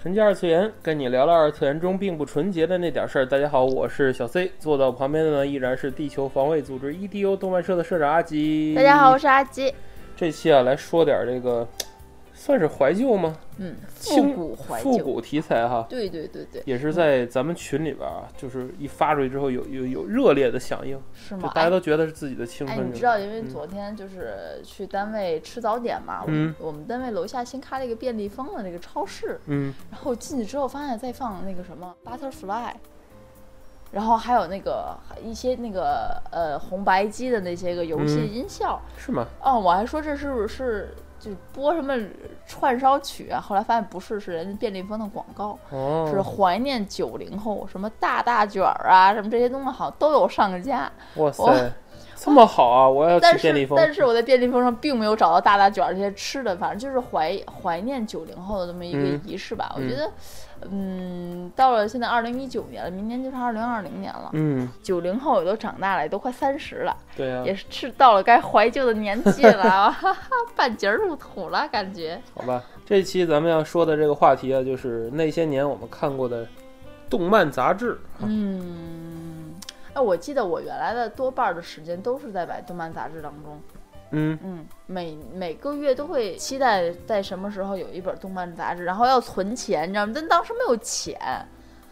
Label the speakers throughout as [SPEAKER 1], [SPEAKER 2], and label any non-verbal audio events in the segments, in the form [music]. [SPEAKER 1] 纯洁二次元，跟你聊聊二次元中并不纯洁的那点事儿。大家好，我是小 C，坐到我旁边的呢依然是地球防卫组织 EDO 动漫社的社长阿吉。
[SPEAKER 2] 大家好，我是阿吉。
[SPEAKER 1] 这期啊来说点这个，算是怀旧吗？
[SPEAKER 2] 嗯，复
[SPEAKER 1] 轻
[SPEAKER 2] 古怀
[SPEAKER 1] 复
[SPEAKER 2] 旧。
[SPEAKER 1] 古题材哈，
[SPEAKER 2] 对对对对，
[SPEAKER 1] 也是在咱们群里边啊，就是一发出去之后有有有热烈的响应，
[SPEAKER 2] 是
[SPEAKER 1] 就
[SPEAKER 2] 吗？
[SPEAKER 1] 大家都觉得是自己的青
[SPEAKER 2] 哎，
[SPEAKER 1] 春。
[SPEAKER 2] 你知道，因为
[SPEAKER 1] 嗯
[SPEAKER 2] 昨天就是去单位吃早点嘛，
[SPEAKER 1] 嗯
[SPEAKER 2] 我们我们单位楼下新开了一个便利蜂的那个超市，
[SPEAKER 1] 嗯，
[SPEAKER 2] 然后进去之后发现在放那个什么 Butterfly，然后还有那个一些那个呃红白机的那些个游戏
[SPEAKER 1] 嗯
[SPEAKER 2] 音效，
[SPEAKER 1] 是吗？
[SPEAKER 2] 哦，我还说这是不是就播什么串烧曲啊？后来发现不是，是人家便利蜂的广告，
[SPEAKER 1] 哦，
[SPEAKER 2] 是怀念九零后，什么大大卷儿啊，什么这些东西好像都有上架。
[SPEAKER 1] 哇塞，
[SPEAKER 2] 哦
[SPEAKER 1] 这么好啊！我要
[SPEAKER 2] 但
[SPEAKER 1] 去
[SPEAKER 2] 是
[SPEAKER 1] 便利蜂。
[SPEAKER 2] 但是我在便利蜂上并没有找到大大卷儿这些吃的，反正就是怀怀念九零后的这么一个
[SPEAKER 1] 嗯
[SPEAKER 2] 仪式吧。
[SPEAKER 1] 嗯
[SPEAKER 2] 我觉得，嗯，到了现在二零一九年了，明年就是二零二零年了。
[SPEAKER 1] 嗯，
[SPEAKER 2] 九零后也都长大了，也都快三十了，
[SPEAKER 1] 对啊，
[SPEAKER 2] 也是到了该怀旧的年纪了，啊 [laughs] 哈哈，半截儿入土了，感觉。
[SPEAKER 1] 好吧。这一期咱们要说的这个话题啊，就是那些年我们看过的动漫杂志。
[SPEAKER 2] 嗯，哎，我记得我原来的多半儿的时间都是在买动漫杂志当中，
[SPEAKER 1] 嗯，
[SPEAKER 2] 嗯，每每个月都会期待在什么时候有一本动漫杂志，然后要存钱，你知道吗？但当时没有钱，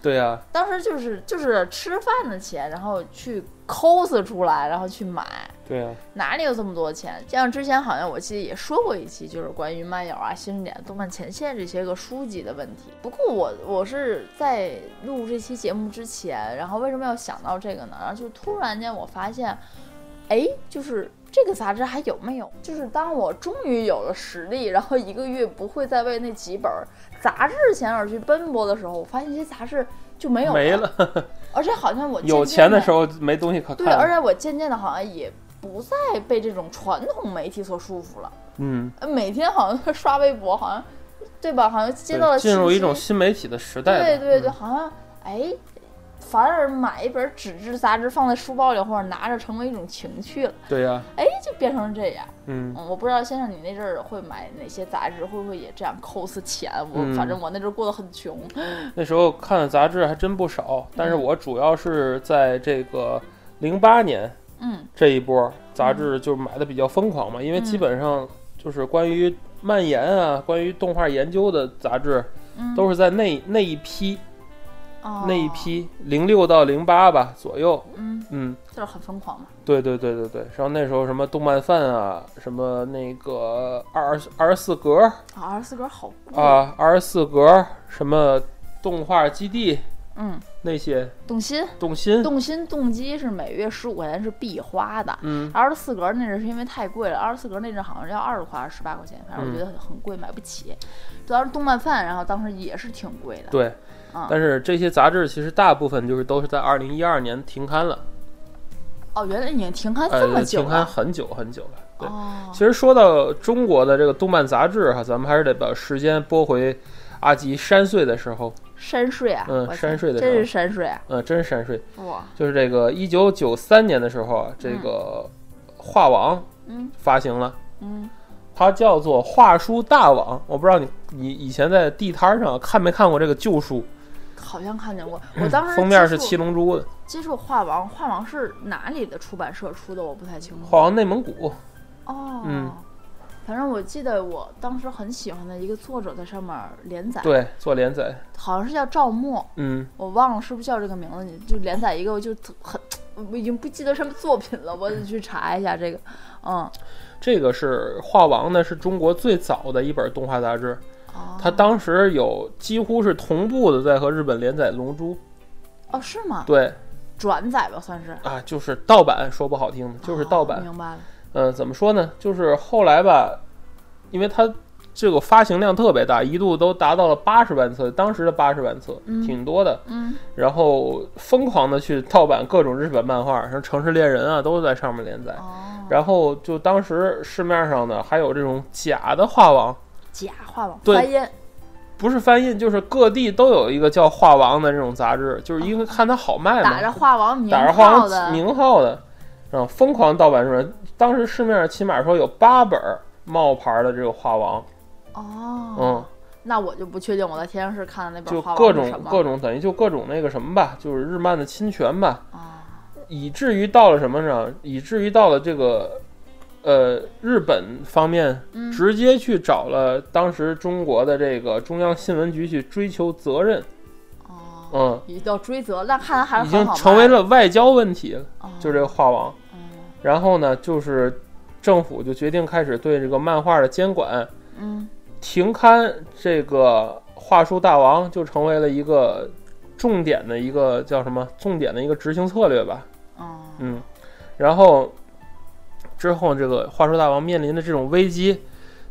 [SPEAKER 1] 对啊，
[SPEAKER 2] 当时就是就是吃饭的钱，然后去抠搜出来，然后去买。
[SPEAKER 1] 对啊，
[SPEAKER 2] 哪里有这么多钱？像之前好像我记得也说过一期，就是关于漫友啊、新视点、动漫前线这些个书籍的问题。不过我我是在录这期节目之前，然后为什么要想到这个呢？然后就突然间我发现，哎，就是这个杂志还有没有？就是当我终于有了实力，然后一个月不会再为那几本杂志钱而去奔波的时候，我发现这些杂志就没有
[SPEAKER 1] 没
[SPEAKER 2] 了，
[SPEAKER 1] 了。
[SPEAKER 2] 而且好像我
[SPEAKER 1] 有
[SPEAKER 2] 渐渐
[SPEAKER 1] 钱的
[SPEAKER 2] 地
[SPEAKER 1] 时候没东西可看。
[SPEAKER 2] 对，而且我渐渐的好像也不再被这种传统媒体所束缚了，
[SPEAKER 1] 嗯，
[SPEAKER 2] 呃每天好像 [laughs] 刷微博，好像对吧？好像接到
[SPEAKER 1] 对
[SPEAKER 2] 了
[SPEAKER 1] 进入
[SPEAKER 2] 信
[SPEAKER 1] 一种
[SPEAKER 2] 息
[SPEAKER 1] 新媒体的时代吧。
[SPEAKER 2] 对对对，
[SPEAKER 1] 嗯
[SPEAKER 2] 好像哎，反而买一本纸质杂志放在书包里或者拿着，成为一种情趣了，
[SPEAKER 1] 对啊，
[SPEAKER 2] 哎，就变成这样。
[SPEAKER 1] 嗯，
[SPEAKER 2] 嗯，我不知道先生你那阵儿会买哪些杂志，会不会也这样抠死钱？我、
[SPEAKER 1] 嗯
[SPEAKER 2] 反正我那阵儿过得很穷，
[SPEAKER 1] 那时候看的杂志还真不少，但
[SPEAKER 2] 嗯
[SPEAKER 1] 是我主要是在这个零八年
[SPEAKER 2] 嗯
[SPEAKER 1] 这一波杂志就买的比较疯狂嘛，因为基本上就是关于漫研啊、关于动画研究的杂志，
[SPEAKER 2] 嗯，
[SPEAKER 1] 都是在那那一批、
[SPEAKER 2] 哦
[SPEAKER 1] 那一，批零六到零八吧左右，
[SPEAKER 2] 嗯，
[SPEAKER 1] 嗯，
[SPEAKER 2] 就是很疯狂嘛，
[SPEAKER 1] 对对对对对，然后那时候什么动漫饭啊，什么那个二二十四格
[SPEAKER 2] 啊，二十四格好贵，
[SPEAKER 1] 啊，二十四格什么动画基地
[SPEAKER 2] 嗯，
[SPEAKER 1] 那些
[SPEAKER 2] 动心。
[SPEAKER 1] 动心，
[SPEAKER 2] 动心动机是每月十五块钱是必花的，
[SPEAKER 1] 嗯，
[SPEAKER 2] 二十四格那阵是因为太贵了，二十四格那阵好像要二十块还是十八块钱，反正我
[SPEAKER 1] 嗯
[SPEAKER 2] 觉得很很贵，买不起。主要是动漫饭，然后当时也是挺贵的。
[SPEAKER 1] 对。
[SPEAKER 2] 嗯
[SPEAKER 1] 但是这些杂志其实大部分就是都是在二零一二年停刊了。
[SPEAKER 2] 哦，原来已经停刊
[SPEAKER 1] 呃，
[SPEAKER 2] 这么久
[SPEAKER 1] 停刊
[SPEAKER 2] 了。
[SPEAKER 1] 很久很久了。对，
[SPEAKER 2] 哦，
[SPEAKER 1] 其实说到中国的这个动漫杂志哈，咱们还是得把时间拨回阿吉山岁的时候，
[SPEAKER 2] 山水啊，
[SPEAKER 1] 嗯
[SPEAKER 2] 我天
[SPEAKER 1] 山水的
[SPEAKER 2] 真
[SPEAKER 1] 时
[SPEAKER 2] 是
[SPEAKER 1] 候
[SPEAKER 2] 山水啊！
[SPEAKER 1] 呃，真是山岁，
[SPEAKER 2] 哇，
[SPEAKER 1] 就是这个一九九三年的时候啊，这个画王
[SPEAKER 2] 嗯
[SPEAKER 1] 发行了。
[SPEAKER 2] 嗯，
[SPEAKER 1] 它叫做画书大王，我不知道你你以前在地摊上看没看过这个旧书，
[SPEAKER 2] 嗯好像看
[SPEAKER 1] [clears throat]
[SPEAKER 2] 见过。我当时
[SPEAKER 1] 封面是
[SPEAKER 2] 接触
[SPEAKER 1] 七龙珠的，
[SPEAKER 2] 接触画王，画王是哪里的出版社出的？我不太清楚。
[SPEAKER 1] 画王内蒙古，
[SPEAKER 2] 哦，
[SPEAKER 1] 嗯
[SPEAKER 2] 反正我记得我当时很喜欢的一个作者在上面连载，
[SPEAKER 1] 对，做连载，
[SPEAKER 2] 好像是叫赵默，
[SPEAKER 1] 嗯，
[SPEAKER 2] 我忘了是不是叫这个名字，你就连载一个，我就特很，我已经不记得什么作品了，我得去查一下这个。嗯，
[SPEAKER 1] 这个是《画王》呢，是中国最早的一本动画杂志。
[SPEAKER 2] 哦，
[SPEAKER 1] 它当时有几乎是同步的在和日本连载《龙珠》。
[SPEAKER 2] 哦是吗？
[SPEAKER 1] 对
[SPEAKER 2] 转载吧，算是
[SPEAKER 1] 啊，就是盗版，说不好听的，就是盗
[SPEAKER 2] 哦
[SPEAKER 1] 版。
[SPEAKER 2] 明白了。
[SPEAKER 1] 嗯、怎么说呢？就是后来吧，因为它这个发行量特别大，一度都达到了八十万册，当时的八十万册
[SPEAKER 2] 嗯
[SPEAKER 1] 挺多的。
[SPEAKER 2] 嗯，
[SPEAKER 1] 然后疯狂的去盗版各种日本漫画，什么《城市猎人》啊，都在上面连载。
[SPEAKER 2] 哦，
[SPEAKER 1] 然后就当时市面上呢，还有这种假的画王，
[SPEAKER 2] 假画网
[SPEAKER 1] 对
[SPEAKER 2] 发音，
[SPEAKER 1] 不是翻印，就是各地都有一个叫画王的这种杂志，就是因为看它好卖嘛
[SPEAKER 2] 啊打，着画王名
[SPEAKER 1] 打着画
[SPEAKER 2] 号
[SPEAKER 1] 王
[SPEAKER 2] 的，
[SPEAKER 1] 名号的，然后疯狂盗版日本。当时市面上起码说有八本儿冒牌的这个画王，
[SPEAKER 2] 哦，
[SPEAKER 1] 嗯，
[SPEAKER 2] 那我就不确定我在天上市看的那
[SPEAKER 1] 就
[SPEAKER 2] 本画
[SPEAKER 1] 各
[SPEAKER 2] 王是
[SPEAKER 1] 种
[SPEAKER 2] 什么
[SPEAKER 1] 各种等于就各种那个什么吧，就是日漫的侵权吧，
[SPEAKER 2] 啊，
[SPEAKER 1] 以至于到了什么呢？以至于到了这个呃日本方面
[SPEAKER 2] 嗯，
[SPEAKER 1] 直接去找了当时中国的这个中央新闻局去追求责任，
[SPEAKER 2] 哦，
[SPEAKER 1] 嗯，
[SPEAKER 2] 也叫追责，那看来还是
[SPEAKER 1] 已
[SPEAKER 2] 很
[SPEAKER 1] 经
[SPEAKER 2] 好
[SPEAKER 1] 成为了外交问题了，
[SPEAKER 2] 卖，
[SPEAKER 1] 就这个
[SPEAKER 2] 哦，
[SPEAKER 1] 画王。
[SPEAKER 2] 嗯
[SPEAKER 1] 然后呢，就是政府就决定开始对这个漫画的监管，
[SPEAKER 2] 嗯，
[SPEAKER 1] 停刊这个画术大王就成为了一个重点的一个叫什么重点的一个执行策略吧，
[SPEAKER 2] 哦，
[SPEAKER 1] 嗯，然后之后这个画术大王面临的这种危机。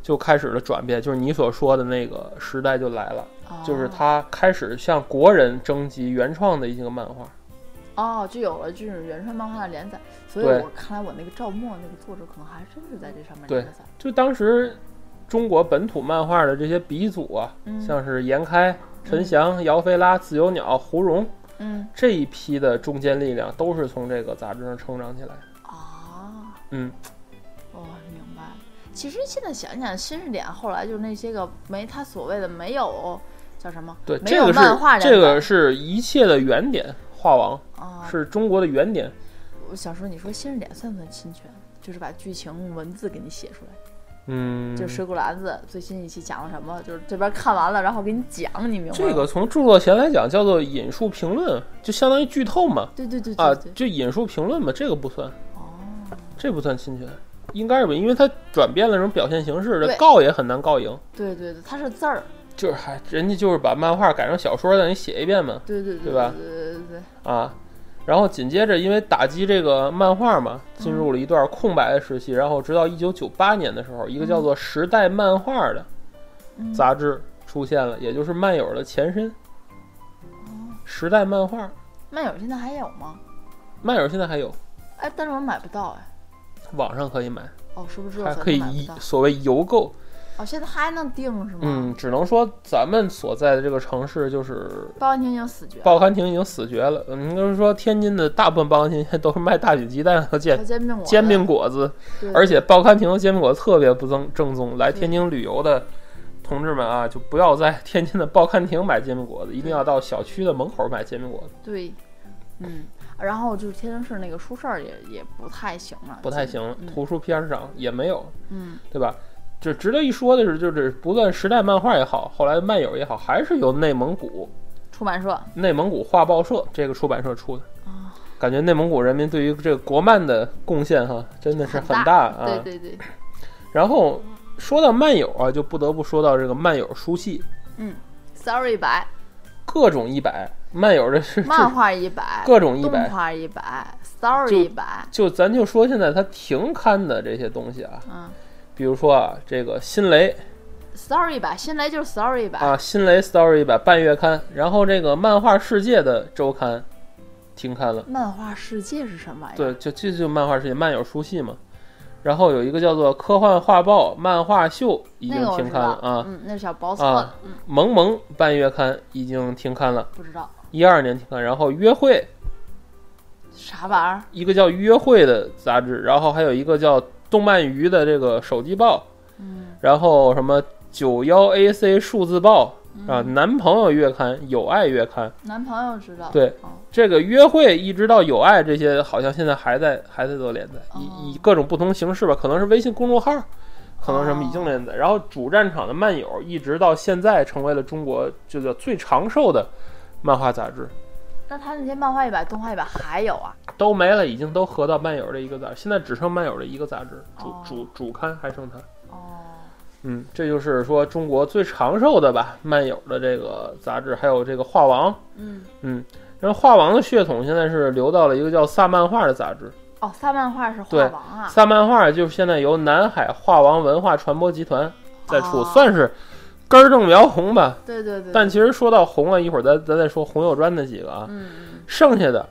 [SPEAKER 1] 就开始了转变，就是你所说的那个时代就来了。
[SPEAKER 2] 哦
[SPEAKER 1] 就是他开始向国人征集原创的一些个漫画。
[SPEAKER 2] 哦，就有了这种原创漫画的连载，所以
[SPEAKER 1] 对
[SPEAKER 2] 我看来我那个赵默那个作者可能还真是在这上面
[SPEAKER 1] 对
[SPEAKER 2] 连载，
[SPEAKER 1] 就当时中国本土漫画的这些鼻祖啊，
[SPEAKER 2] 嗯
[SPEAKER 1] 像是严开、陈翔、姚菲拉、自由鸟、胡荣
[SPEAKER 2] 嗯
[SPEAKER 1] 这一批的中坚力量，都是从这个杂志上成长起来。
[SPEAKER 2] 啊，
[SPEAKER 1] 嗯，
[SPEAKER 2] 哦，明白了。其实现在想想，新视点后来就是那些个没他所谓的没有叫什么，
[SPEAKER 1] 对，
[SPEAKER 2] 没
[SPEAKER 1] 这
[SPEAKER 2] 有
[SPEAKER 1] 个是
[SPEAKER 2] 漫画连载
[SPEAKER 1] 这个是一切的原点，画王
[SPEAKER 2] 啊，
[SPEAKER 1] 是中国的原点。
[SPEAKER 2] 我想说，你说新视点算不算侵权？就是把剧情用文字给你写出来，
[SPEAKER 1] 嗯，
[SPEAKER 2] 就是水果篮子最新一期讲了什么，就是这边看完了，然后给你讲，你明白吗？
[SPEAKER 1] 这个从著作权来讲叫做引述评论，就相当于剧透嘛。
[SPEAKER 2] 对对对
[SPEAKER 1] 啊
[SPEAKER 2] 对对，，
[SPEAKER 1] 就引述评论嘛，这个不算。
[SPEAKER 2] 哦，
[SPEAKER 1] 这不算侵权，应该是吧？因为它转变了这种表现形式，
[SPEAKER 2] 对
[SPEAKER 1] 这告也很难告赢。
[SPEAKER 2] 对对对，它是字儿，
[SPEAKER 1] 就是还人家就是把漫画改成小说，让你写一遍嘛
[SPEAKER 2] 对对对
[SPEAKER 1] 对吧
[SPEAKER 2] 对对对对，
[SPEAKER 1] 啊。然后紧接着，因为打击这个漫画嘛，进入了一段空白的时期。然后直到一九九八年的时候，一个叫做《时代漫画》的
[SPEAKER 2] 嗯
[SPEAKER 1] 杂志出现了，也就是漫友的前身。
[SPEAKER 2] 哦
[SPEAKER 1] 时代漫画，
[SPEAKER 2] 漫友现在还有吗？
[SPEAKER 1] 漫友现在还有，
[SPEAKER 2] 哎，但是我买不到哎，
[SPEAKER 1] 网上可以买，
[SPEAKER 2] 哦，是不是
[SPEAKER 1] 还
[SPEAKER 2] 我
[SPEAKER 1] 可以
[SPEAKER 2] 买不
[SPEAKER 1] 以
[SPEAKER 2] 到？
[SPEAKER 1] 所谓邮购。
[SPEAKER 2] 哦，现在还能订是吗？
[SPEAKER 1] 嗯，只能说咱们所在的这个城市就是
[SPEAKER 2] 包完婷已经死绝了，
[SPEAKER 1] 报刊亭已经死绝了。嗯，就是说天津的大部分报刊亭现在都是卖大饼鸡蛋和煎
[SPEAKER 2] 和煎饼果子
[SPEAKER 1] 煎饼，果子，
[SPEAKER 2] 对
[SPEAKER 1] 而且报刊亭和煎饼果子特别不正正宗。来天津旅游的同志们啊，就不要在 [laughs] 天津的报刊亭买煎饼果子，一定要到小区的门口买煎饼果子，
[SPEAKER 2] 对，嗯，然后就是天津市那个书市儿也也不太行了，
[SPEAKER 1] 不太行了
[SPEAKER 2] 嗯。
[SPEAKER 1] 图书批发市场也没有，
[SPEAKER 2] 嗯，
[SPEAKER 1] 对吧？这值得一说的是，就是不论时代漫画也好，后来漫友也好，还是由内蒙古
[SPEAKER 2] 出版社
[SPEAKER 1] 内蒙古画报社这个出版社出的。
[SPEAKER 2] 啊，
[SPEAKER 1] 感觉内蒙古人民对于这个国漫的贡献哈，真的是很
[SPEAKER 2] 很
[SPEAKER 1] 大啊。
[SPEAKER 2] 对对对，
[SPEAKER 1] [laughs] 然后说到漫友啊，就不得不说到这个漫友书系，
[SPEAKER 2] ，sorry 百，
[SPEAKER 1] [laughs] 各种一百，漫友这是
[SPEAKER 2] 漫画一百，
[SPEAKER 1] 各种一
[SPEAKER 2] 动
[SPEAKER 1] 百。
[SPEAKER 2] 画一百
[SPEAKER 1] 就
[SPEAKER 2] ，sorry 一百，
[SPEAKER 1] 就咱就说现在它停刊的这些东西啊，
[SPEAKER 2] 嗯
[SPEAKER 1] 比如说啊，这个新雷
[SPEAKER 2] ，sorry 一百，新来就是 sorry 一百，
[SPEAKER 1] 啊，新雷 Story 版半月刊，然后这个漫画世界的周刊停刊了。
[SPEAKER 2] 漫画世界是什么玩意儿？
[SPEAKER 1] 对，就这就漫画世界漫友书系嘛。然后有一个叫做《科幻画报漫画秀》已经
[SPEAKER 2] 那个我
[SPEAKER 1] 停
[SPEAKER 2] 知
[SPEAKER 1] 刊
[SPEAKER 2] 道
[SPEAKER 1] 了啊，
[SPEAKER 2] 嗯，那是小薄册
[SPEAKER 1] 啊
[SPEAKER 2] 的，嗯，
[SPEAKER 1] 萌萌半月刊已经停刊了，
[SPEAKER 2] 不知道
[SPEAKER 1] 一二年停刊。然后约会
[SPEAKER 2] 啥玩意儿，
[SPEAKER 1] 一个叫约会的杂志，然后还有一个叫动漫鱼的这个手机报，
[SPEAKER 2] 嗯
[SPEAKER 1] 然后什么九幺 AC 数字报啊，
[SPEAKER 2] 嗯，
[SPEAKER 1] 男朋友月刊、友爱月刊。
[SPEAKER 2] 男朋友知道，
[SPEAKER 1] 对
[SPEAKER 2] 哦，
[SPEAKER 1] 这个约会一直到友爱这些，好像现在还在还在做连载，
[SPEAKER 2] 哦
[SPEAKER 1] 以以各种不同形式吧，可能是微信公众号。可能什么已经
[SPEAKER 2] 哦
[SPEAKER 1] 连载，然后主战场的漫友一直到现在成为了中国这个最长寿的漫画杂志。
[SPEAKER 2] 那他那些漫画一百、动画一百还有啊？
[SPEAKER 1] 都没了，已经都合到漫友的一个杂志，现在只剩漫友的一个杂志，主
[SPEAKER 2] 哦
[SPEAKER 1] 主主刊还剩它。
[SPEAKER 2] 哦，
[SPEAKER 1] 嗯，这就是说中国最长寿的吧，漫友的这个杂志，还有这个画王，
[SPEAKER 2] 嗯，
[SPEAKER 1] 嗯，然后画王的血统现在是流到了一个叫萨漫画的杂志，
[SPEAKER 2] 哦，萨漫画是画
[SPEAKER 1] 对
[SPEAKER 2] 王啊，
[SPEAKER 1] 萨漫画就是现在由南海画王文化传播集团再出，
[SPEAKER 2] 哦
[SPEAKER 1] 算是根儿正苗红吧。
[SPEAKER 2] 对对对，
[SPEAKER 1] 但其实说到红啊，一会儿咱咱再说红友专的几个啊，
[SPEAKER 2] 嗯
[SPEAKER 1] 剩下的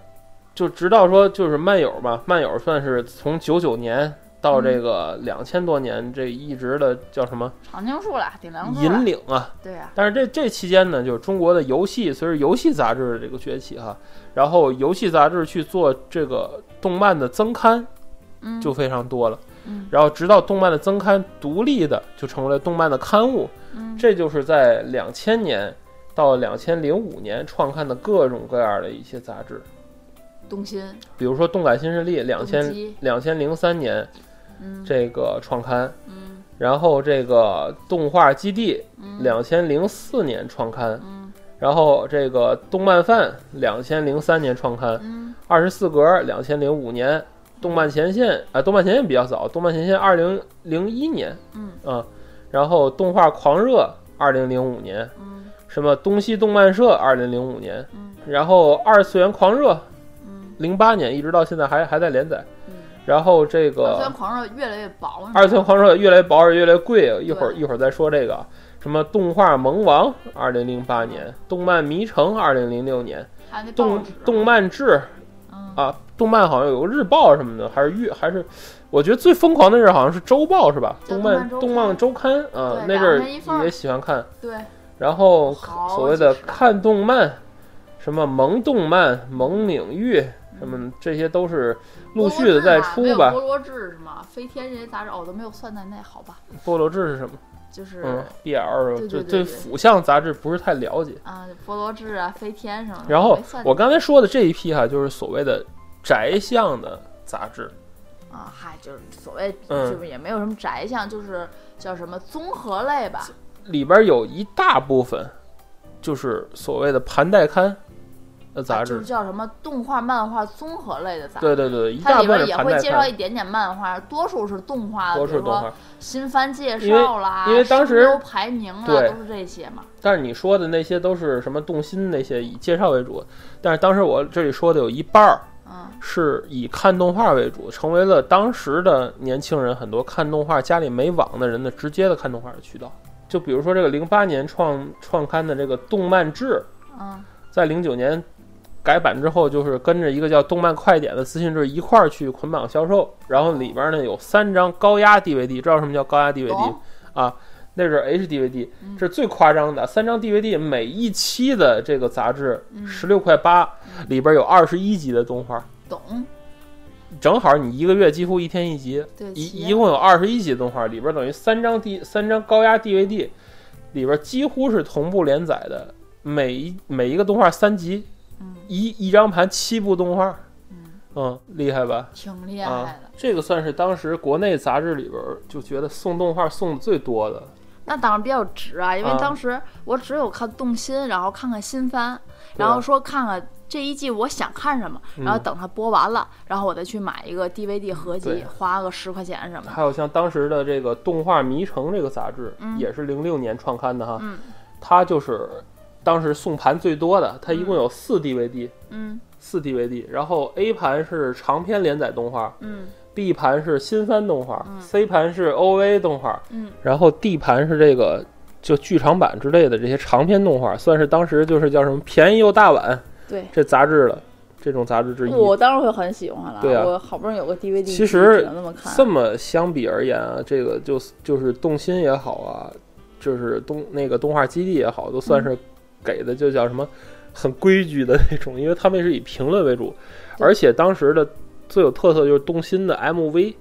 [SPEAKER 1] 就直到说就是漫友嘛，漫友算是从九九年到这个两千多年，这一直的叫什么
[SPEAKER 2] 嗯，常青树啦，顶梁柱
[SPEAKER 1] 引
[SPEAKER 2] 啦，
[SPEAKER 1] 领啊。
[SPEAKER 2] 对啊，
[SPEAKER 1] 但是这这期间呢，就是中国的游戏随着游戏杂志的这个崛起哈、然后游戏杂志去做这个动漫的增刊
[SPEAKER 2] 嗯，
[SPEAKER 1] 就非常多了。
[SPEAKER 2] 嗯
[SPEAKER 1] 然后直到动漫的增刊独立的就成为了动漫的刊物，
[SPEAKER 2] 嗯
[SPEAKER 1] 这就是在两千年到两千零五年创刊的各种各样的一些杂志，
[SPEAKER 2] 动心，
[SPEAKER 1] 比如说《动感新势力》两
[SPEAKER 2] 动
[SPEAKER 1] 千
[SPEAKER 2] 机
[SPEAKER 1] 两千零三年
[SPEAKER 2] 嗯
[SPEAKER 1] 这个创刊，
[SPEAKER 2] 嗯
[SPEAKER 1] 然后这个动画基地
[SPEAKER 2] 嗯
[SPEAKER 1] 两千零四年创刊，
[SPEAKER 2] 嗯
[SPEAKER 1] 然后这个动漫范两千零三年创刊，
[SPEAKER 2] 嗯
[SPEAKER 1] 二十四格两千零五年。动漫前线啊、动漫前线比较早，动漫前线二零零一年
[SPEAKER 2] 嗯
[SPEAKER 1] 啊、然后动画狂热二零零五年，
[SPEAKER 2] 嗯
[SPEAKER 1] 什么东西动漫社二零零五年，
[SPEAKER 2] 嗯
[SPEAKER 1] 然后二次元狂热
[SPEAKER 2] 嗯
[SPEAKER 1] 零八年一直到现在还还在连载，
[SPEAKER 2] 嗯，
[SPEAKER 1] 然后这
[SPEAKER 2] 二次元
[SPEAKER 1] 个
[SPEAKER 2] 狂热越来越薄了，
[SPEAKER 1] 啊二次元狂热越来越薄而越来越贵，一会儿
[SPEAKER 2] 对
[SPEAKER 1] 一会儿再说这个什么动画萌王二零零八年，动漫迷城二零零六年，
[SPEAKER 2] 还有那报
[SPEAKER 1] 动
[SPEAKER 2] 纸，啊
[SPEAKER 1] 动漫志
[SPEAKER 2] 嗯
[SPEAKER 1] 啊，动漫好像有个日报什么的，还是月还是。我觉得最疯狂的是好像是周报是吧？
[SPEAKER 2] 叫
[SPEAKER 1] 动
[SPEAKER 2] 动漫
[SPEAKER 1] 漫
[SPEAKER 2] 周刊
[SPEAKER 1] 动漫周刊啊
[SPEAKER 2] 对，
[SPEAKER 1] 那阵儿
[SPEAKER 2] 两元一份儿
[SPEAKER 1] 也喜欢看。
[SPEAKER 2] 对，
[SPEAKER 1] 然后
[SPEAKER 2] 好
[SPEAKER 1] 所谓
[SPEAKER 2] 几
[SPEAKER 1] 的
[SPEAKER 2] 十
[SPEAKER 1] 看动漫，什么萌动漫、萌领域，什么这些都是陆续的在出吧
[SPEAKER 2] 菠。萝志嗯是吗？飞天这些杂志哦，我都没有算在内，好吧，
[SPEAKER 1] 菠萝志是什么？
[SPEAKER 2] 就是
[SPEAKER 1] 嗯，BL
[SPEAKER 2] 对
[SPEAKER 1] 就对
[SPEAKER 2] 对对对
[SPEAKER 1] 腐向杂志不是太了解。
[SPEAKER 2] 啊，菠萝志啊，飞天什么的。
[SPEAKER 1] 然后
[SPEAKER 2] 没算
[SPEAKER 1] 我刚才说的这一批哈，就是所谓的宅向的杂志，
[SPEAKER 2] 啊，嗨，就是所谓
[SPEAKER 1] 嗯
[SPEAKER 2] 就是也没有什么宅向，就是叫什么综合类吧，
[SPEAKER 1] 里边有一大部分就是所谓的盘带刊的杂
[SPEAKER 2] 啊就
[SPEAKER 1] 志
[SPEAKER 2] 是。叫什么动画、漫画综合类的杂志。
[SPEAKER 1] 对对对，一
[SPEAKER 2] 它
[SPEAKER 1] 大
[SPEAKER 2] 里
[SPEAKER 1] 部分
[SPEAKER 2] 边
[SPEAKER 1] 是
[SPEAKER 2] 也
[SPEAKER 1] 盘
[SPEAKER 2] 会
[SPEAKER 1] 带
[SPEAKER 2] 介绍
[SPEAKER 1] 刊，
[SPEAKER 2] 一点点漫画，多数是动画，
[SPEAKER 1] 多
[SPEAKER 2] 比如
[SPEAKER 1] 数动
[SPEAKER 2] 说
[SPEAKER 1] 画。
[SPEAKER 2] 新番介
[SPEAKER 1] 因为
[SPEAKER 2] 绍啦，
[SPEAKER 1] 因为当时
[SPEAKER 2] 声优排名啦，
[SPEAKER 1] 对
[SPEAKER 2] 都是这些嘛。
[SPEAKER 1] 但是你说的那些都是什么动心那些以介绍为主，但是当时我这里说的有一半儿
[SPEAKER 2] 嗯
[SPEAKER 1] 是以看动画为主，成为了当时的年轻人很多看动画家里没网的人的直接的看动画的渠道。就比如说这个零八年创创刊的这个《动漫志
[SPEAKER 2] 嗯》，
[SPEAKER 1] 在零九年改版之后，就是跟着一个叫《动漫快点》的资讯志一块儿去捆绑销售，然后里边呢有三张高压 DVD，知道什么叫高压 DVD 吗
[SPEAKER 2] 懂？
[SPEAKER 1] 啊，那是 HDVD，
[SPEAKER 2] 嗯
[SPEAKER 1] 这是最夸张的，三张 DVD 每一期的这个杂志
[SPEAKER 2] 嗯
[SPEAKER 1] 十六块八，里边有二十一集的动画，
[SPEAKER 2] 懂，
[SPEAKER 1] 正好你一个月几乎一天一集，
[SPEAKER 2] 对，齐
[SPEAKER 1] 一一共有二十一集动画，里边等于三张 D 三张高压 DVD，里边几乎是同步连载的，每一每一个动画三集，
[SPEAKER 2] 嗯
[SPEAKER 1] 一一张盘七部动画，
[SPEAKER 2] 嗯，
[SPEAKER 1] 嗯，厉害吧？
[SPEAKER 2] 挺厉
[SPEAKER 1] 啊
[SPEAKER 2] 害的。，
[SPEAKER 1] 这个算是当时国内杂志里边就觉得送动画送的最多的，
[SPEAKER 2] 那当然比较值啊，因为
[SPEAKER 1] 啊
[SPEAKER 2] 当时我只有看动心，然后看看新番，
[SPEAKER 1] 对啊嗯
[SPEAKER 2] 然后说看看这一季我想看什么，然后等它播完了，然后我再去买一个 DVD 合
[SPEAKER 1] 对
[SPEAKER 2] 集，花个十块钱什么的。
[SPEAKER 1] 还有像当时的这个动画《迷城》这个杂志，
[SPEAKER 2] 嗯
[SPEAKER 1] 也是零六年创刊的哈，
[SPEAKER 2] 嗯
[SPEAKER 1] 它就是当时送盘最多的，它一共有四 DVD，
[SPEAKER 2] 嗯
[SPEAKER 1] 四 DVD，然后 A 盘是长篇连载动画
[SPEAKER 2] 嗯
[SPEAKER 1] ，B 盘是新番动画、c 盘是 OVA 动画，
[SPEAKER 2] 嗯
[SPEAKER 1] 然后 D 盘是这个就剧场版之类的这些长篇动画，算是当时就是叫什么便宜又大碗
[SPEAKER 2] 对，
[SPEAKER 1] 这杂志的这种杂志之一。
[SPEAKER 2] 我当然会很喜欢了。
[SPEAKER 1] 对啊
[SPEAKER 2] 我好不容易有个 DVD，
[SPEAKER 1] 其实
[SPEAKER 2] 只能那么看。
[SPEAKER 1] 这么相比而言啊，这个就就是动心也好啊，就是动那个动画基地也好，都算是
[SPEAKER 2] 嗯
[SPEAKER 1] 给的就叫什么很规矩的那种，因为他们是以评论为主，
[SPEAKER 2] 对
[SPEAKER 1] 而且当时的最有特色就是动心的 MV，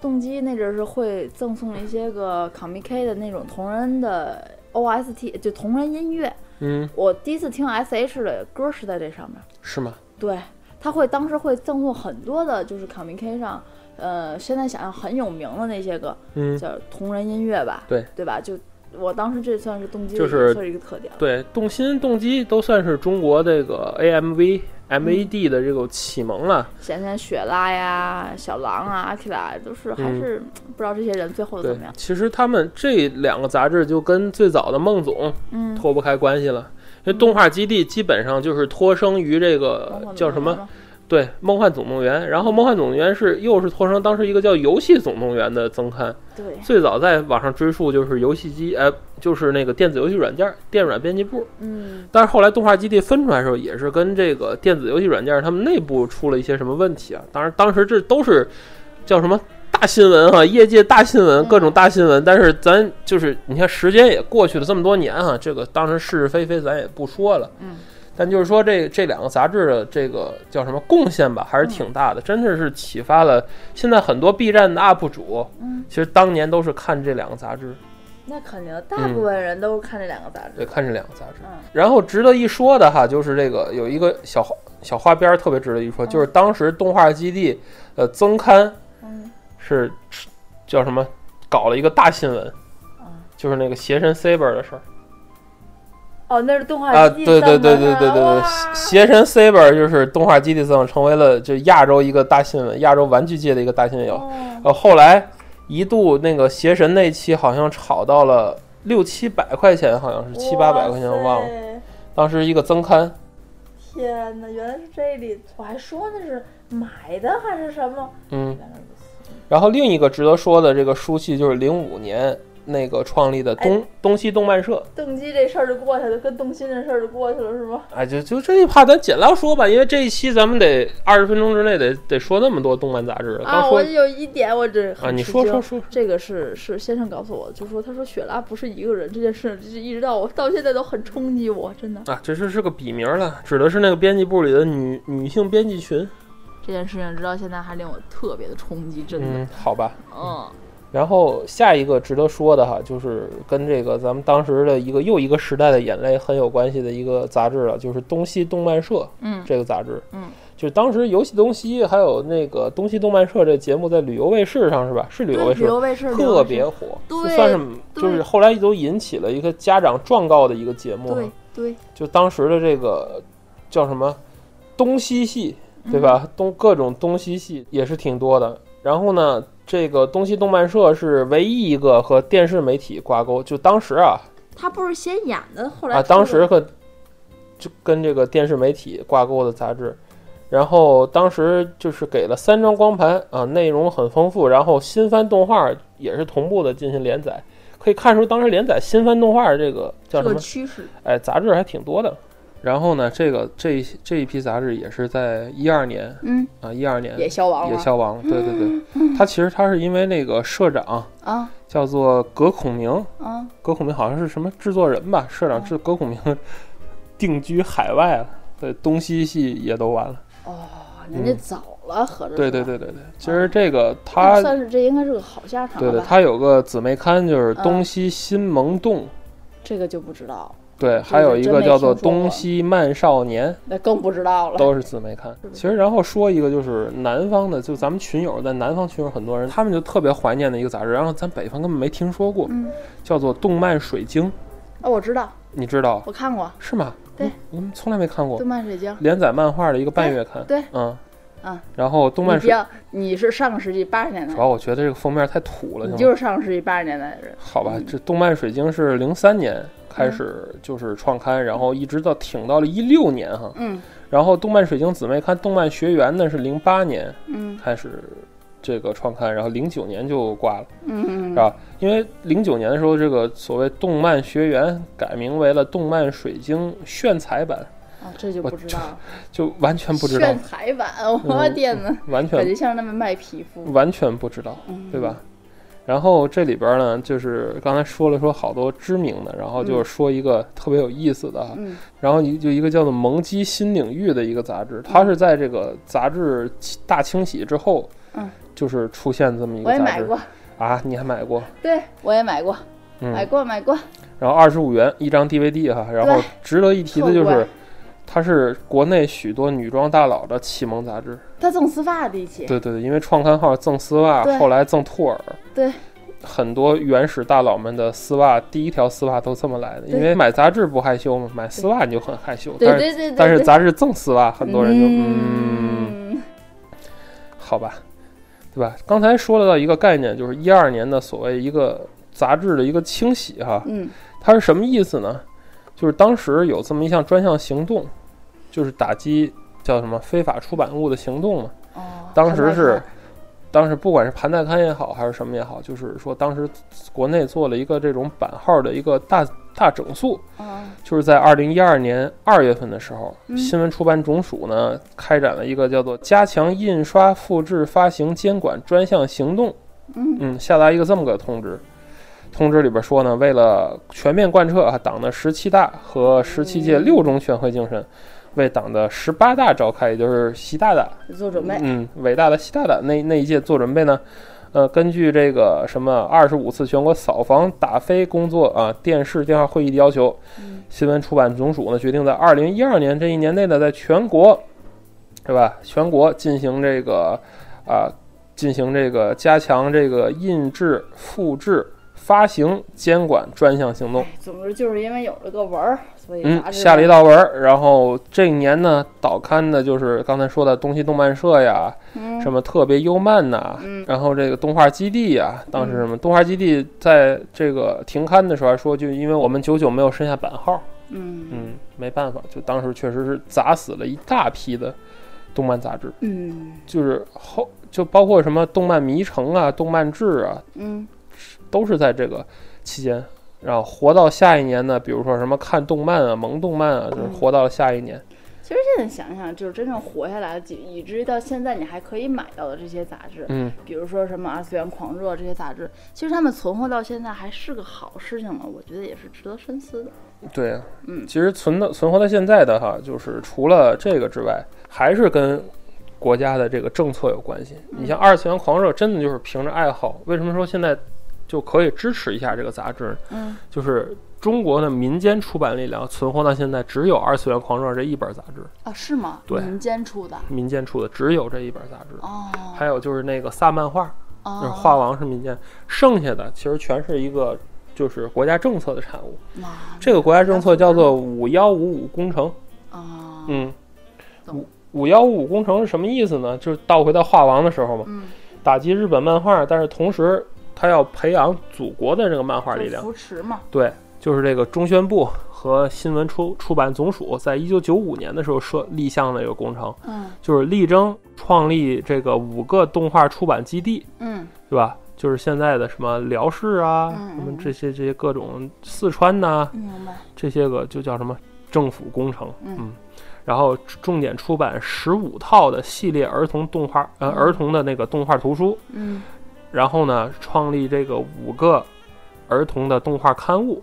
[SPEAKER 2] 动机那阵儿是会赠送一些个 Comic K 的那种同人的 OST，就同人音乐。
[SPEAKER 1] 嗯，
[SPEAKER 2] 我第一次听 SH 的歌是在这上面。
[SPEAKER 1] 是吗？
[SPEAKER 2] 对，他会当时会赠送很多的，就是 Comic K 上，呃，现在想想很有名的那些个
[SPEAKER 1] 嗯，
[SPEAKER 2] 叫同人音乐吧，
[SPEAKER 1] 对
[SPEAKER 2] 对吧？就我当时这算是动机，
[SPEAKER 1] 就是
[SPEAKER 2] 算是一个特点了。
[SPEAKER 1] 对，动心动机都算是中国这个 AMV。MAD
[SPEAKER 2] 嗯
[SPEAKER 1] 的这个启蒙啊了，
[SPEAKER 2] 显像雪拉呀、小狼啊、阿 k 拉都是还是不知道这些人最后
[SPEAKER 1] 对
[SPEAKER 2] 怎么样，。
[SPEAKER 1] 其实他们这两个杂志就跟最早的孟总
[SPEAKER 2] 嗯，
[SPEAKER 1] 脱不开关系了。因为动画基地基本上就是脱生于这
[SPEAKER 2] 包括
[SPEAKER 1] 个
[SPEAKER 2] 美
[SPEAKER 1] 叫什
[SPEAKER 2] 国
[SPEAKER 1] 么
[SPEAKER 2] 嘛？
[SPEAKER 1] 对《梦幻总动员》，然后《梦幻总动员是》又是托生当时一个叫《游戏总动员》的增刊，
[SPEAKER 2] 对，
[SPEAKER 1] 最早在网上追溯就是游戏机，哎、就是那个电子游戏软件儿电软编辑部。
[SPEAKER 2] 嗯，
[SPEAKER 1] 但是后来动画基地分出来的时候，也是跟这个电子游戏软件他们内部出了一些什么问题啊。当然，当时这都是叫什么大新闻啊，业界大新闻，
[SPEAKER 2] 嗯
[SPEAKER 1] 各种大新闻。但是咱就是你看，时间也过去了这么多年啊，这个当时是是非非咱也不说了。
[SPEAKER 2] 嗯，
[SPEAKER 1] 但就是说这这两个杂志的这个叫什么贡献吧，还是挺大的，真的是启发了现在很多 B 站的 UP 主，
[SPEAKER 2] 嗯，
[SPEAKER 1] 其实当年都是看这两个杂志，
[SPEAKER 2] 那肯定，大部分人都是看这两个杂
[SPEAKER 1] 对，
[SPEAKER 2] 志。
[SPEAKER 1] 看这两个杂志。
[SPEAKER 2] 嗯
[SPEAKER 1] 然后值得一说的哈，就是这个有一个小花小花边儿特别值得一说，
[SPEAKER 2] 嗯
[SPEAKER 1] 就是当时动画基地呃增刊
[SPEAKER 2] 嗯
[SPEAKER 1] 是叫什么搞了一个大新闻，
[SPEAKER 2] 嗯，
[SPEAKER 1] 就是那个邪神 Saber 的事儿
[SPEAKER 2] 哦，那是动画
[SPEAKER 1] 啊，
[SPEAKER 2] 基
[SPEAKER 1] 对对对
[SPEAKER 2] 地当
[SPEAKER 1] 对
[SPEAKER 2] 的
[SPEAKER 1] 对
[SPEAKER 2] 啊
[SPEAKER 1] 对对，
[SPEAKER 2] 哇
[SPEAKER 1] 邪神 Saber 就是动画基地增成为了就亚洲一个大新闻，亚洲玩具界的一个大新闻。
[SPEAKER 2] 哦
[SPEAKER 1] 呃，后来一度那个邪神那期好像炒到了六七百块钱，好像是七八百块钱，忘了，
[SPEAKER 2] 了。
[SPEAKER 1] 当时一个增刊。
[SPEAKER 2] 天哪，原来是这里，我还说那是买的还是什么？
[SPEAKER 1] 嗯，
[SPEAKER 2] 原来如此。
[SPEAKER 1] 然后另一个值得说的这个书系就是零五年那个创立的东、东西动漫社，
[SPEAKER 2] 动机这事儿就过去了，跟动心这事儿就过去了，是吗？
[SPEAKER 1] 哎，就就这一趴咱简唠说吧，因为这一期咱们得二十分钟之内得得说那么多动漫杂志，刚
[SPEAKER 2] 啊，
[SPEAKER 1] 说
[SPEAKER 2] 我有一点，我这
[SPEAKER 1] 啊，
[SPEAKER 2] 很
[SPEAKER 1] 你
[SPEAKER 2] 吃
[SPEAKER 1] 说
[SPEAKER 2] 惊
[SPEAKER 1] 说说，
[SPEAKER 2] 这个是是先生告诉我的，就说他说雪拉不是一个人这件事，就是一直到我到现在都很冲击我，真的
[SPEAKER 1] 啊，这是是个笔名了，指的是那个编辑部里的女女性编辑群，
[SPEAKER 2] 这件事情直到现在还令我特别的冲击，真的，
[SPEAKER 1] 嗯，好吧，
[SPEAKER 2] 嗯
[SPEAKER 1] 然后下一个值得说的哈，就是跟这个咱们当时的一个又一个时代的眼泪很有关系的一个杂志了，就是东西动漫社
[SPEAKER 2] 嗯
[SPEAKER 1] 这个杂志。
[SPEAKER 2] 嗯，
[SPEAKER 1] 就是当时游戏东西还有那个东西动漫社这节目在旅游卫视上是吧？是旅游卫
[SPEAKER 2] 对，
[SPEAKER 1] 视
[SPEAKER 2] 旅。游卫视
[SPEAKER 1] 特别火，就
[SPEAKER 2] 对
[SPEAKER 1] 算是
[SPEAKER 2] 对
[SPEAKER 1] 就是后来都引起了一个家长状告的一个节目
[SPEAKER 2] 对
[SPEAKER 1] 哈，
[SPEAKER 2] 对，
[SPEAKER 1] 就当时的这个叫什么东西系，
[SPEAKER 2] 嗯
[SPEAKER 1] 对吧？东各种东西系也是挺多的。然后呢，这个东西动漫社是唯一一个和电视媒体挂钩，就当时啊
[SPEAKER 2] 他不是先演的，后来
[SPEAKER 1] 啊，
[SPEAKER 2] 出
[SPEAKER 1] 当
[SPEAKER 2] 的
[SPEAKER 1] 时和就跟这个电视媒体挂钩的杂志。然后当时就是给了三张光盘啊，内容很丰富，然后新番动画也是同步的进行连载，可以看出当时连载新番动画这个叫什
[SPEAKER 2] 这个
[SPEAKER 1] 么
[SPEAKER 2] 趋势，
[SPEAKER 1] 哎，杂志还挺多的。然后呢，这个这一这一批杂志也是在一二年
[SPEAKER 2] 嗯，
[SPEAKER 1] 啊，一二年
[SPEAKER 2] 也消亡
[SPEAKER 1] 也
[SPEAKER 2] 了嗯
[SPEAKER 1] 消亡了。对对对，它其实它是因为那个社长
[SPEAKER 2] 啊
[SPEAKER 1] 叫做葛孔明，
[SPEAKER 2] 啊，
[SPEAKER 1] 葛孔明好像是什么制作人吧？社长
[SPEAKER 2] 哦
[SPEAKER 1] 制葛孔明定居海外了，对东西系也都完了。
[SPEAKER 2] 哦，人家
[SPEAKER 1] 嗯
[SPEAKER 2] 早了，合着
[SPEAKER 1] 对
[SPEAKER 2] 是
[SPEAKER 1] 对
[SPEAKER 2] 吧，
[SPEAKER 1] 对
[SPEAKER 2] 哦
[SPEAKER 1] 对对，其实这个
[SPEAKER 2] 那
[SPEAKER 1] 它
[SPEAKER 2] 算是这应该是个好下场
[SPEAKER 1] 对对，
[SPEAKER 2] 了吧？
[SPEAKER 1] 它有个姊妹刊就是
[SPEAKER 2] 嗯
[SPEAKER 1] 东西新萌动，
[SPEAKER 2] 这个就不知道了，
[SPEAKER 1] 对，
[SPEAKER 2] 是
[SPEAKER 1] 还有一
[SPEAKER 2] 真
[SPEAKER 1] 个
[SPEAKER 2] 没
[SPEAKER 1] 叫做
[SPEAKER 2] 听说过
[SPEAKER 1] 东西漫少年。
[SPEAKER 2] 那更不知道了。
[SPEAKER 1] 都是姊妹看
[SPEAKER 2] 是。的
[SPEAKER 1] 其实，然后说一个就是南方的，就咱们群友在南方群友很多
[SPEAKER 2] 嗯
[SPEAKER 1] 人，他们就特别怀念的一个杂志，然后咱北方根本没听说过，
[SPEAKER 2] 嗯，
[SPEAKER 1] 叫做《动漫水晶》，
[SPEAKER 2] 啊，我知道，
[SPEAKER 1] 你知道
[SPEAKER 2] 我看过
[SPEAKER 1] 是吗？
[SPEAKER 2] 对
[SPEAKER 1] 嗯，我们从来没看
[SPEAKER 2] 《
[SPEAKER 1] 过
[SPEAKER 2] 动漫水晶》。
[SPEAKER 1] 连载漫画的一个半月刊。
[SPEAKER 2] 对对
[SPEAKER 1] 嗯
[SPEAKER 2] 嗯，
[SPEAKER 1] 然后《动
[SPEAKER 2] 你
[SPEAKER 1] 漫
[SPEAKER 2] 不
[SPEAKER 1] 水》
[SPEAKER 2] 要，你是上个世纪八十年代
[SPEAKER 1] 主，要我觉得这个封面太土了，
[SPEAKER 2] 你
[SPEAKER 1] 行
[SPEAKER 2] 就
[SPEAKER 1] 吗？
[SPEAKER 2] 是上个世纪八十年代的人。
[SPEAKER 1] 好吧，这《动漫水晶》是零三年开始
[SPEAKER 2] 嗯
[SPEAKER 1] 就是创刊，然后一直到挺到了一六年哈，
[SPEAKER 2] 嗯
[SPEAKER 1] 然后《动漫水晶》姊妹刊《动漫学园》呢是零八年。
[SPEAKER 2] 嗯
[SPEAKER 1] 开始这个创刊，然后零九年就挂了，
[SPEAKER 2] 嗯
[SPEAKER 1] 是吧？因为零九年的时候，这个所谓动漫学员改名为了动漫水晶炫彩版，
[SPEAKER 2] 啊，这就不知道了。
[SPEAKER 1] 就完全不知道
[SPEAKER 2] 炫，彩版，我
[SPEAKER 1] 嗯
[SPEAKER 2] 天哪，
[SPEAKER 1] 完
[SPEAKER 2] 感觉
[SPEAKER 1] 全
[SPEAKER 2] 像他们卖皮肤，
[SPEAKER 1] 完全不知道，
[SPEAKER 2] 嗯
[SPEAKER 1] 对？吧？然后这里边呢，就是刚才说了说好多知名的，然后就是说一个特别有意思的啊，
[SPEAKER 2] 嗯
[SPEAKER 1] 然后一就一个叫做《萌鸡新领域》的一个杂志，它是在这个杂志大清洗之后，
[SPEAKER 2] 嗯，
[SPEAKER 1] 就是出现这么一
[SPEAKER 2] 我
[SPEAKER 1] 个
[SPEAKER 2] 也
[SPEAKER 1] 杂
[SPEAKER 2] 买
[SPEAKER 1] 志
[SPEAKER 2] 过，
[SPEAKER 1] 啊，你还买过，
[SPEAKER 2] 对我也买过，
[SPEAKER 1] 嗯，
[SPEAKER 2] 买过买过，
[SPEAKER 1] 然后二十五元一张 DVD 哈，然后值得一提的就
[SPEAKER 2] 特
[SPEAKER 1] 是
[SPEAKER 2] 贵，
[SPEAKER 1] 它是国内许多女装大佬的启蒙杂志。
[SPEAKER 2] 他赠丝袜的一起，
[SPEAKER 1] 对对对，因为创刊号赠丝袜
[SPEAKER 2] 对，
[SPEAKER 1] 后来赠兔耳。
[SPEAKER 2] 对。
[SPEAKER 1] 很多原始大佬们的丝袜，第一条丝袜都这么来的，
[SPEAKER 2] 对
[SPEAKER 1] 因为买杂志不害羞嘛，买丝袜你就很害羞。
[SPEAKER 2] 对
[SPEAKER 1] 但是
[SPEAKER 2] 对对对，
[SPEAKER 1] 但是
[SPEAKER 2] 对
[SPEAKER 1] 杂志赠丝袜，很多人就嗯，
[SPEAKER 2] 嗯
[SPEAKER 1] 好吧，对吧？刚才说了到一个概念，就是一二年的所谓一个杂志的一个清洗哈，
[SPEAKER 2] 嗯
[SPEAKER 1] 它是什么意思呢？就是当时有这么一项专项行动，就是打击叫什么非法出版物的行动嘛。
[SPEAKER 2] 哦，
[SPEAKER 1] 当时
[SPEAKER 2] 是
[SPEAKER 1] 是，当时不管是盘带刊也好，还是什么也好，就是说当时国内做了一个这种版号的一个大大整肃，
[SPEAKER 2] 嗯
[SPEAKER 1] 就是在二零一二年二月份的时候，
[SPEAKER 2] 嗯
[SPEAKER 1] 新闻出版总署呢开展了一个叫做“加强印刷复制发行监管专项行动”，
[SPEAKER 2] 嗯
[SPEAKER 1] 嗯，下达一个这么个通知。通知里边说呢，为了全面贯彻啊党的十七大和十七
[SPEAKER 2] 嗯
[SPEAKER 1] 届六中全会精神，为党的十八大召开，也就是习大大
[SPEAKER 3] 做准备。
[SPEAKER 1] 嗯，伟大的习大大那那一届做准备呢，呃，根据这个什么二十五次全国扫房打非工作啊，电视电话会议的要求，
[SPEAKER 3] 嗯
[SPEAKER 1] 新闻出版总署呢决定在二零一二年这一年内呢，在全国，是吧？全国进行这个啊、进行这个加强这个印制、复制、发行监管专项行动。
[SPEAKER 3] 哎，总之就是因为有了个文儿，所以
[SPEAKER 1] 嗯，
[SPEAKER 3] 杂志
[SPEAKER 1] 下了一道文儿，然后这一年呢，导刊的就是刚才说的东西动漫社呀，
[SPEAKER 3] 嗯
[SPEAKER 1] 什么特别优漫呐、
[SPEAKER 3] 嗯
[SPEAKER 1] 然后这个动画基地呀、当时什么动画基地在这个停刊的时候还说，就因为我们久久没有申下版号，
[SPEAKER 3] 嗯
[SPEAKER 1] 嗯，没办法，就当时确实是砸死了一大批的动漫杂志，
[SPEAKER 3] 嗯
[SPEAKER 1] 就是后就包括什么动漫迷城啊、动漫志啊，
[SPEAKER 3] 嗯
[SPEAKER 1] 都是在这个期间。然后活到下一年呢，比如说什么看动漫啊、萌动漫啊，就是
[SPEAKER 3] 嗯
[SPEAKER 1] 活到了下一年。
[SPEAKER 3] 其实现在想想，就是真正活下来的，几以至于到现在你还可以买到的这些杂志，
[SPEAKER 1] 嗯，
[SPEAKER 3] 比如说什么二次元狂热这些杂志，其实他们存活到现在还是个好事情了，我觉得也是值得深思的。
[SPEAKER 1] 对啊，
[SPEAKER 3] 嗯
[SPEAKER 1] 其实存到存活到现在的哈，就是除了这个之外，还是跟国家的这个政策有关系。你像二次元狂热，真的就是凭着爱好。为什么说现在就可以支持一下这个杂志呢？
[SPEAKER 3] 嗯，
[SPEAKER 1] 就是中国的民间出版力量存活到现在，只有二次元狂热这一本杂志，
[SPEAKER 2] 啊，是吗？
[SPEAKER 1] 对
[SPEAKER 2] 民间出的
[SPEAKER 1] 民间出的只有这一本杂志。
[SPEAKER 2] 哦
[SPEAKER 1] 还有就是那个萨漫画，就是
[SPEAKER 2] 哦，
[SPEAKER 1] 画王是民间，剩下的其实全是一个就是国家政策的产物。
[SPEAKER 3] 嗯
[SPEAKER 2] 哇
[SPEAKER 1] 这个国家政策叫做“五幺五五工程”。
[SPEAKER 3] 哦
[SPEAKER 2] 啊，
[SPEAKER 1] 嗯，
[SPEAKER 2] 懂
[SPEAKER 1] 五五幺五五工程是什么意思呢？就是倒回到画王的时候嘛，
[SPEAKER 2] 嗯，
[SPEAKER 1] 打击日本漫画，但是同时他要培养祖国的这个漫画力
[SPEAKER 3] 就
[SPEAKER 1] 量。
[SPEAKER 3] 扶持嘛，
[SPEAKER 1] 对，就是这个中宣部和新闻出出版总署在一九九五年的时候设立项的一个工程，
[SPEAKER 2] 嗯
[SPEAKER 1] 就是力争创立这个五个动画出版基地，
[SPEAKER 3] 嗯
[SPEAKER 1] 对吧？就是现在的什么辽视啊，
[SPEAKER 3] 嗯
[SPEAKER 1] 什么
[SPEAKER 3] 嗯
[SPEAKER 1] 这些这些各种四川呐、
[SPEAKER 2] 明白。
[SPEAKER 1] 这些个就叫什么政府工程，
[SPEAKER 3] 嗯
[SPEAKER 1] 然后重点出版十五套的系列儿童动画，呃，儿童的那个动画图书，
[SPEAKER 3] 嗯
[SPEAKER 1] 然后呢，创立这个五个儿童的动画刊物，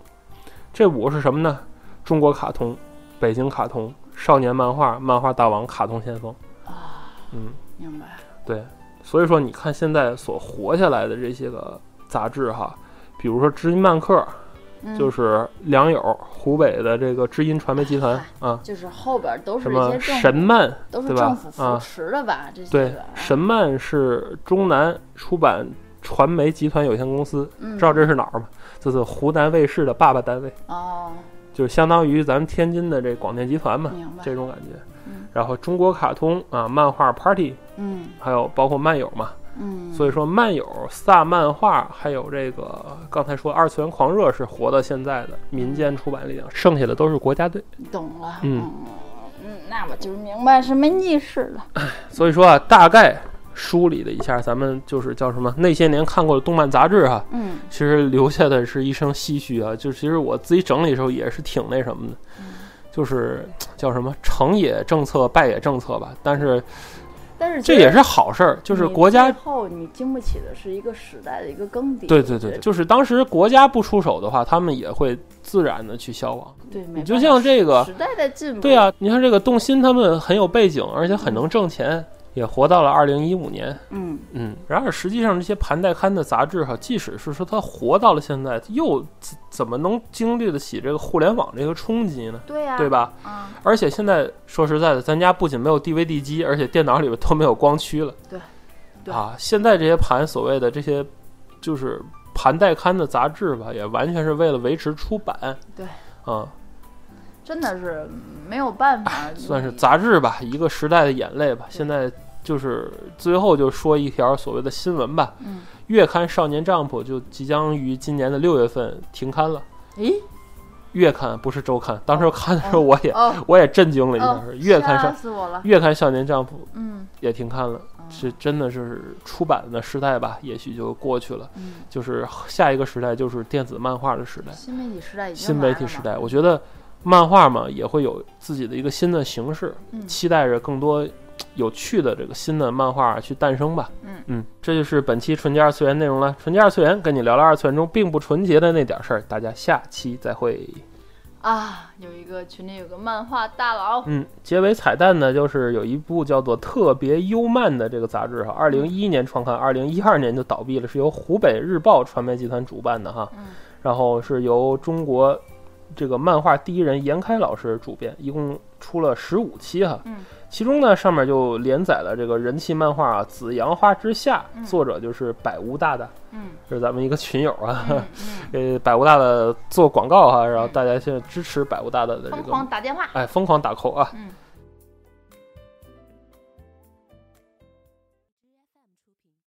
[SPEAKER 1] 这五个是什么呢？中国卡通、北京卡通、少年漫画、漫画大王、卡通先锋，
[SPEAKER 3] 啊，
[SPEAKER 1] 嗯，
[SPEAKER 3] 明白。
[SPEAKER 1] 对，所以说你看现在所活下来的这些个杂志哈，比如说知音漫客，
[SPEAKER 3] 嗯
[SPEAKER 1] 就是良友，湖北的这个知音传媒集团啊，
[SPEAKER 2] 就是后边都是
[SPEAKER 1] 什
[SPEAKER 2] 一
[SPEAKER 1] 么
[SPEAKER 2] 些政府
[SPEAKER 1] 神漫，
[SPEAKER 2] 都是
[SPEAKER 1] 对吧
[SPEAKER 2] 政府扶
[SPEAKER 1] 啊
[SPEAKER 2] 持的吧？这些
[SPEAKER 1] 对
[SPEAKER 2] 个，
[SPEAKER 1] 神漫是中南出版传媒集团有限公司，
[SPEAKER 3] 嗯
[SPEAKER 1] 知道这是哪儿吗？就是湖南卫视的爸爸单位，
[SPEAKER 2] 哦，
[SPEAKER 1] 就是相当于咱们天津的这广电集团嘛，
[SPEAKER 3] 明白
[SPEAKER 1] 这种感觉。然后中国卡通啊，漫画 Party，
[SPEAKER 3] 嗯
[SPEAKER 1] 还有包括漫友嘛，
[SPEAKER 3] 嗯
[SPEAKER 1] 所以说漫友、萨漫画，还有这个刚才说二次元狂热是活到现在的民间出版力量，剩下的都是国家队。
[SPEAKER 3] 懂了。
[SPEAKER 1] 嗯
[SPEAKER 3] 嗯，那我就明白什么意识了。
[SPEAKER 1] 所以说啊，大概梳理了一下，咱们就是叫什么那些年看过的动漫杂志哈、
[SPEAKER 3] 嗯
[SPEAKER 1] 其实留下的是一声唏嘘啊。就其实我自己整理的时候也是挺那什么的，就是叫什么成也政策，败也政策吧。但是
[SPEAKER 3] 但是
[SPEAKER 1] 这也是好事儿，就是国家
[SPEAKER 3] 最后你经不起的是一个时代的一个更迭。
[SPEAKER 1] 对对对，就是当时国家不出手的话，他们也会自然的去消亡。
[SPEAKER 3] 对，没
[SPEAKER 1] 你就
[SPEAKER 3] 办
[SPEAKER 1] 像
[SPEAKER 3] 法
[SPEAKER 1] 这个
[SPEAKER 3] 时代在进步。
[SPEAKER 1] 对，啊，你看这个动心，他们很有背景，而且很能挣钱，也活到了二零一五年。
[SPEAKER 3] 嗯
[SPEAKER 1] 嗯，然而实际上这些盘带刊的杂志哈，即使是说它活到了现在，又怎怎么能经历得起这个互联网这个冲击呢？
[SPEAKER 3] 对呀、
[SPEAKER 1] 对？吧？
[SPEAKER 3] 啊，
[SPEAKER 1] 而且现在说实在的，咱家不仅没有 DVD 机，而且电脑里边都没有光驱了。
[SPEAKER 3] 对，对
[SPEAKER 1] 啊，现在这些盘所谓的这些就是盘带刊的杂志吧，也完全是为了维持出版。
[SPEAKER 3] 对，
[SPEAKER 1] 啊，
[SPEAKER 2] 真的是没有办法，
[SPEAKER 1] 算是杂志吧，一个时代的眼泪吧。现在就是最后就说一条所谓的新闻吧，
[SPEAKER 2] 嗯
[SPEAKER 1] 月刊《少年丈夫》就即将于今年的六月份停刊了。
[SPEAKER 2] 咦，
[SPEAKER 1] 月刊，不是周刊。当时看的时候，
[SPEAKER 2] 哦
[SPEAKER 1] 我也、
[SPEAKER 2] 哦
[SPEAKER 1] 我也震惊了一下，
[SPEAKER 2] 哦，
[SPEAKER 1] 月刊
[SPEAKER 2] 吓
[SPEAKER 1] 上
[SPEAKER 2] 死哦我了。
[SPEAKER 1] 月刊少年丈夫
[SPEAKER 3] 嗯
[SPEAKER 1] 也停刊了，是真的是出版的时代吧，也许就过去了。
[SPEAKER 3] 嗯，
[SPEAKER 1] 就是下一个时代就是电子漫画的时代，
[SPEAKER 2] 新媒体时代已经
[SPEAKER 1] 新媒
[SPEAKER 2] 来
[SPEAKER 1] 体
[SPEAKER 2] 了
[SPEAKER 1] 时
[SPEAKER 2] 嘛，
[SPEAKER 1] 代。我觉得漫画嘛也会有自己的一个新的形式，
[SPEAKER 3] 嗯
[SPEAKER 1] 期待着更多有趣的这个新的漫画去诞生吧。
[SPEAKER 3] 嗯
[SPEAKER 1] 这就是本期纯洁二次元内容了。纯洁二次元跟你聊聊二次元中并不纯洁的那点事儿，大家下期再会。
[SPEAKER 3] 啊，有一个群里有个漫画
[SPEAKER 1] [laughs]
[SPEAKER 3] 大佬，
[SPEAKER 1] 嗯，结尾彩蛋呢，就是有一部叫做《特别优漫》的这个杂志哈，二零一一年创刊，二零一二年就倒闭了，是由湖北日报传媒集团主办的哈，
[SPEAKER 3] 嗯
[SPEAKER 1] 然后是由中国这个漫画第一人严开老师主编，一共出了十五期哈，
[SPEAKER 3] 嗯
[SPEAKER 1] 其中呢上面就连载了这个人气漫画、啊《紫阳花之下
[SPEAKER 3] 嗯》，
[SPEAKER 1] 作者就是百无大大，
[SPEAKER 3] 嗯
[SPEAKER 1] 这是咱们一个群友啊。
[SPEAKER 3] 嗯
[SPEAKER 1] [laughs]
[SPEAKER 3] 嗯，
[SPEAKER 1] 给百无大的做广告哈，然后大家现在支持百无大的的这
[SPEAKER 3] 疯
[SPEAKER 1] 个
[SPEAKER 3] 狂，打电话，
[SPEAKER 1] 哎，疯狂打 call 啊！
[SPEAKER 3] 嗯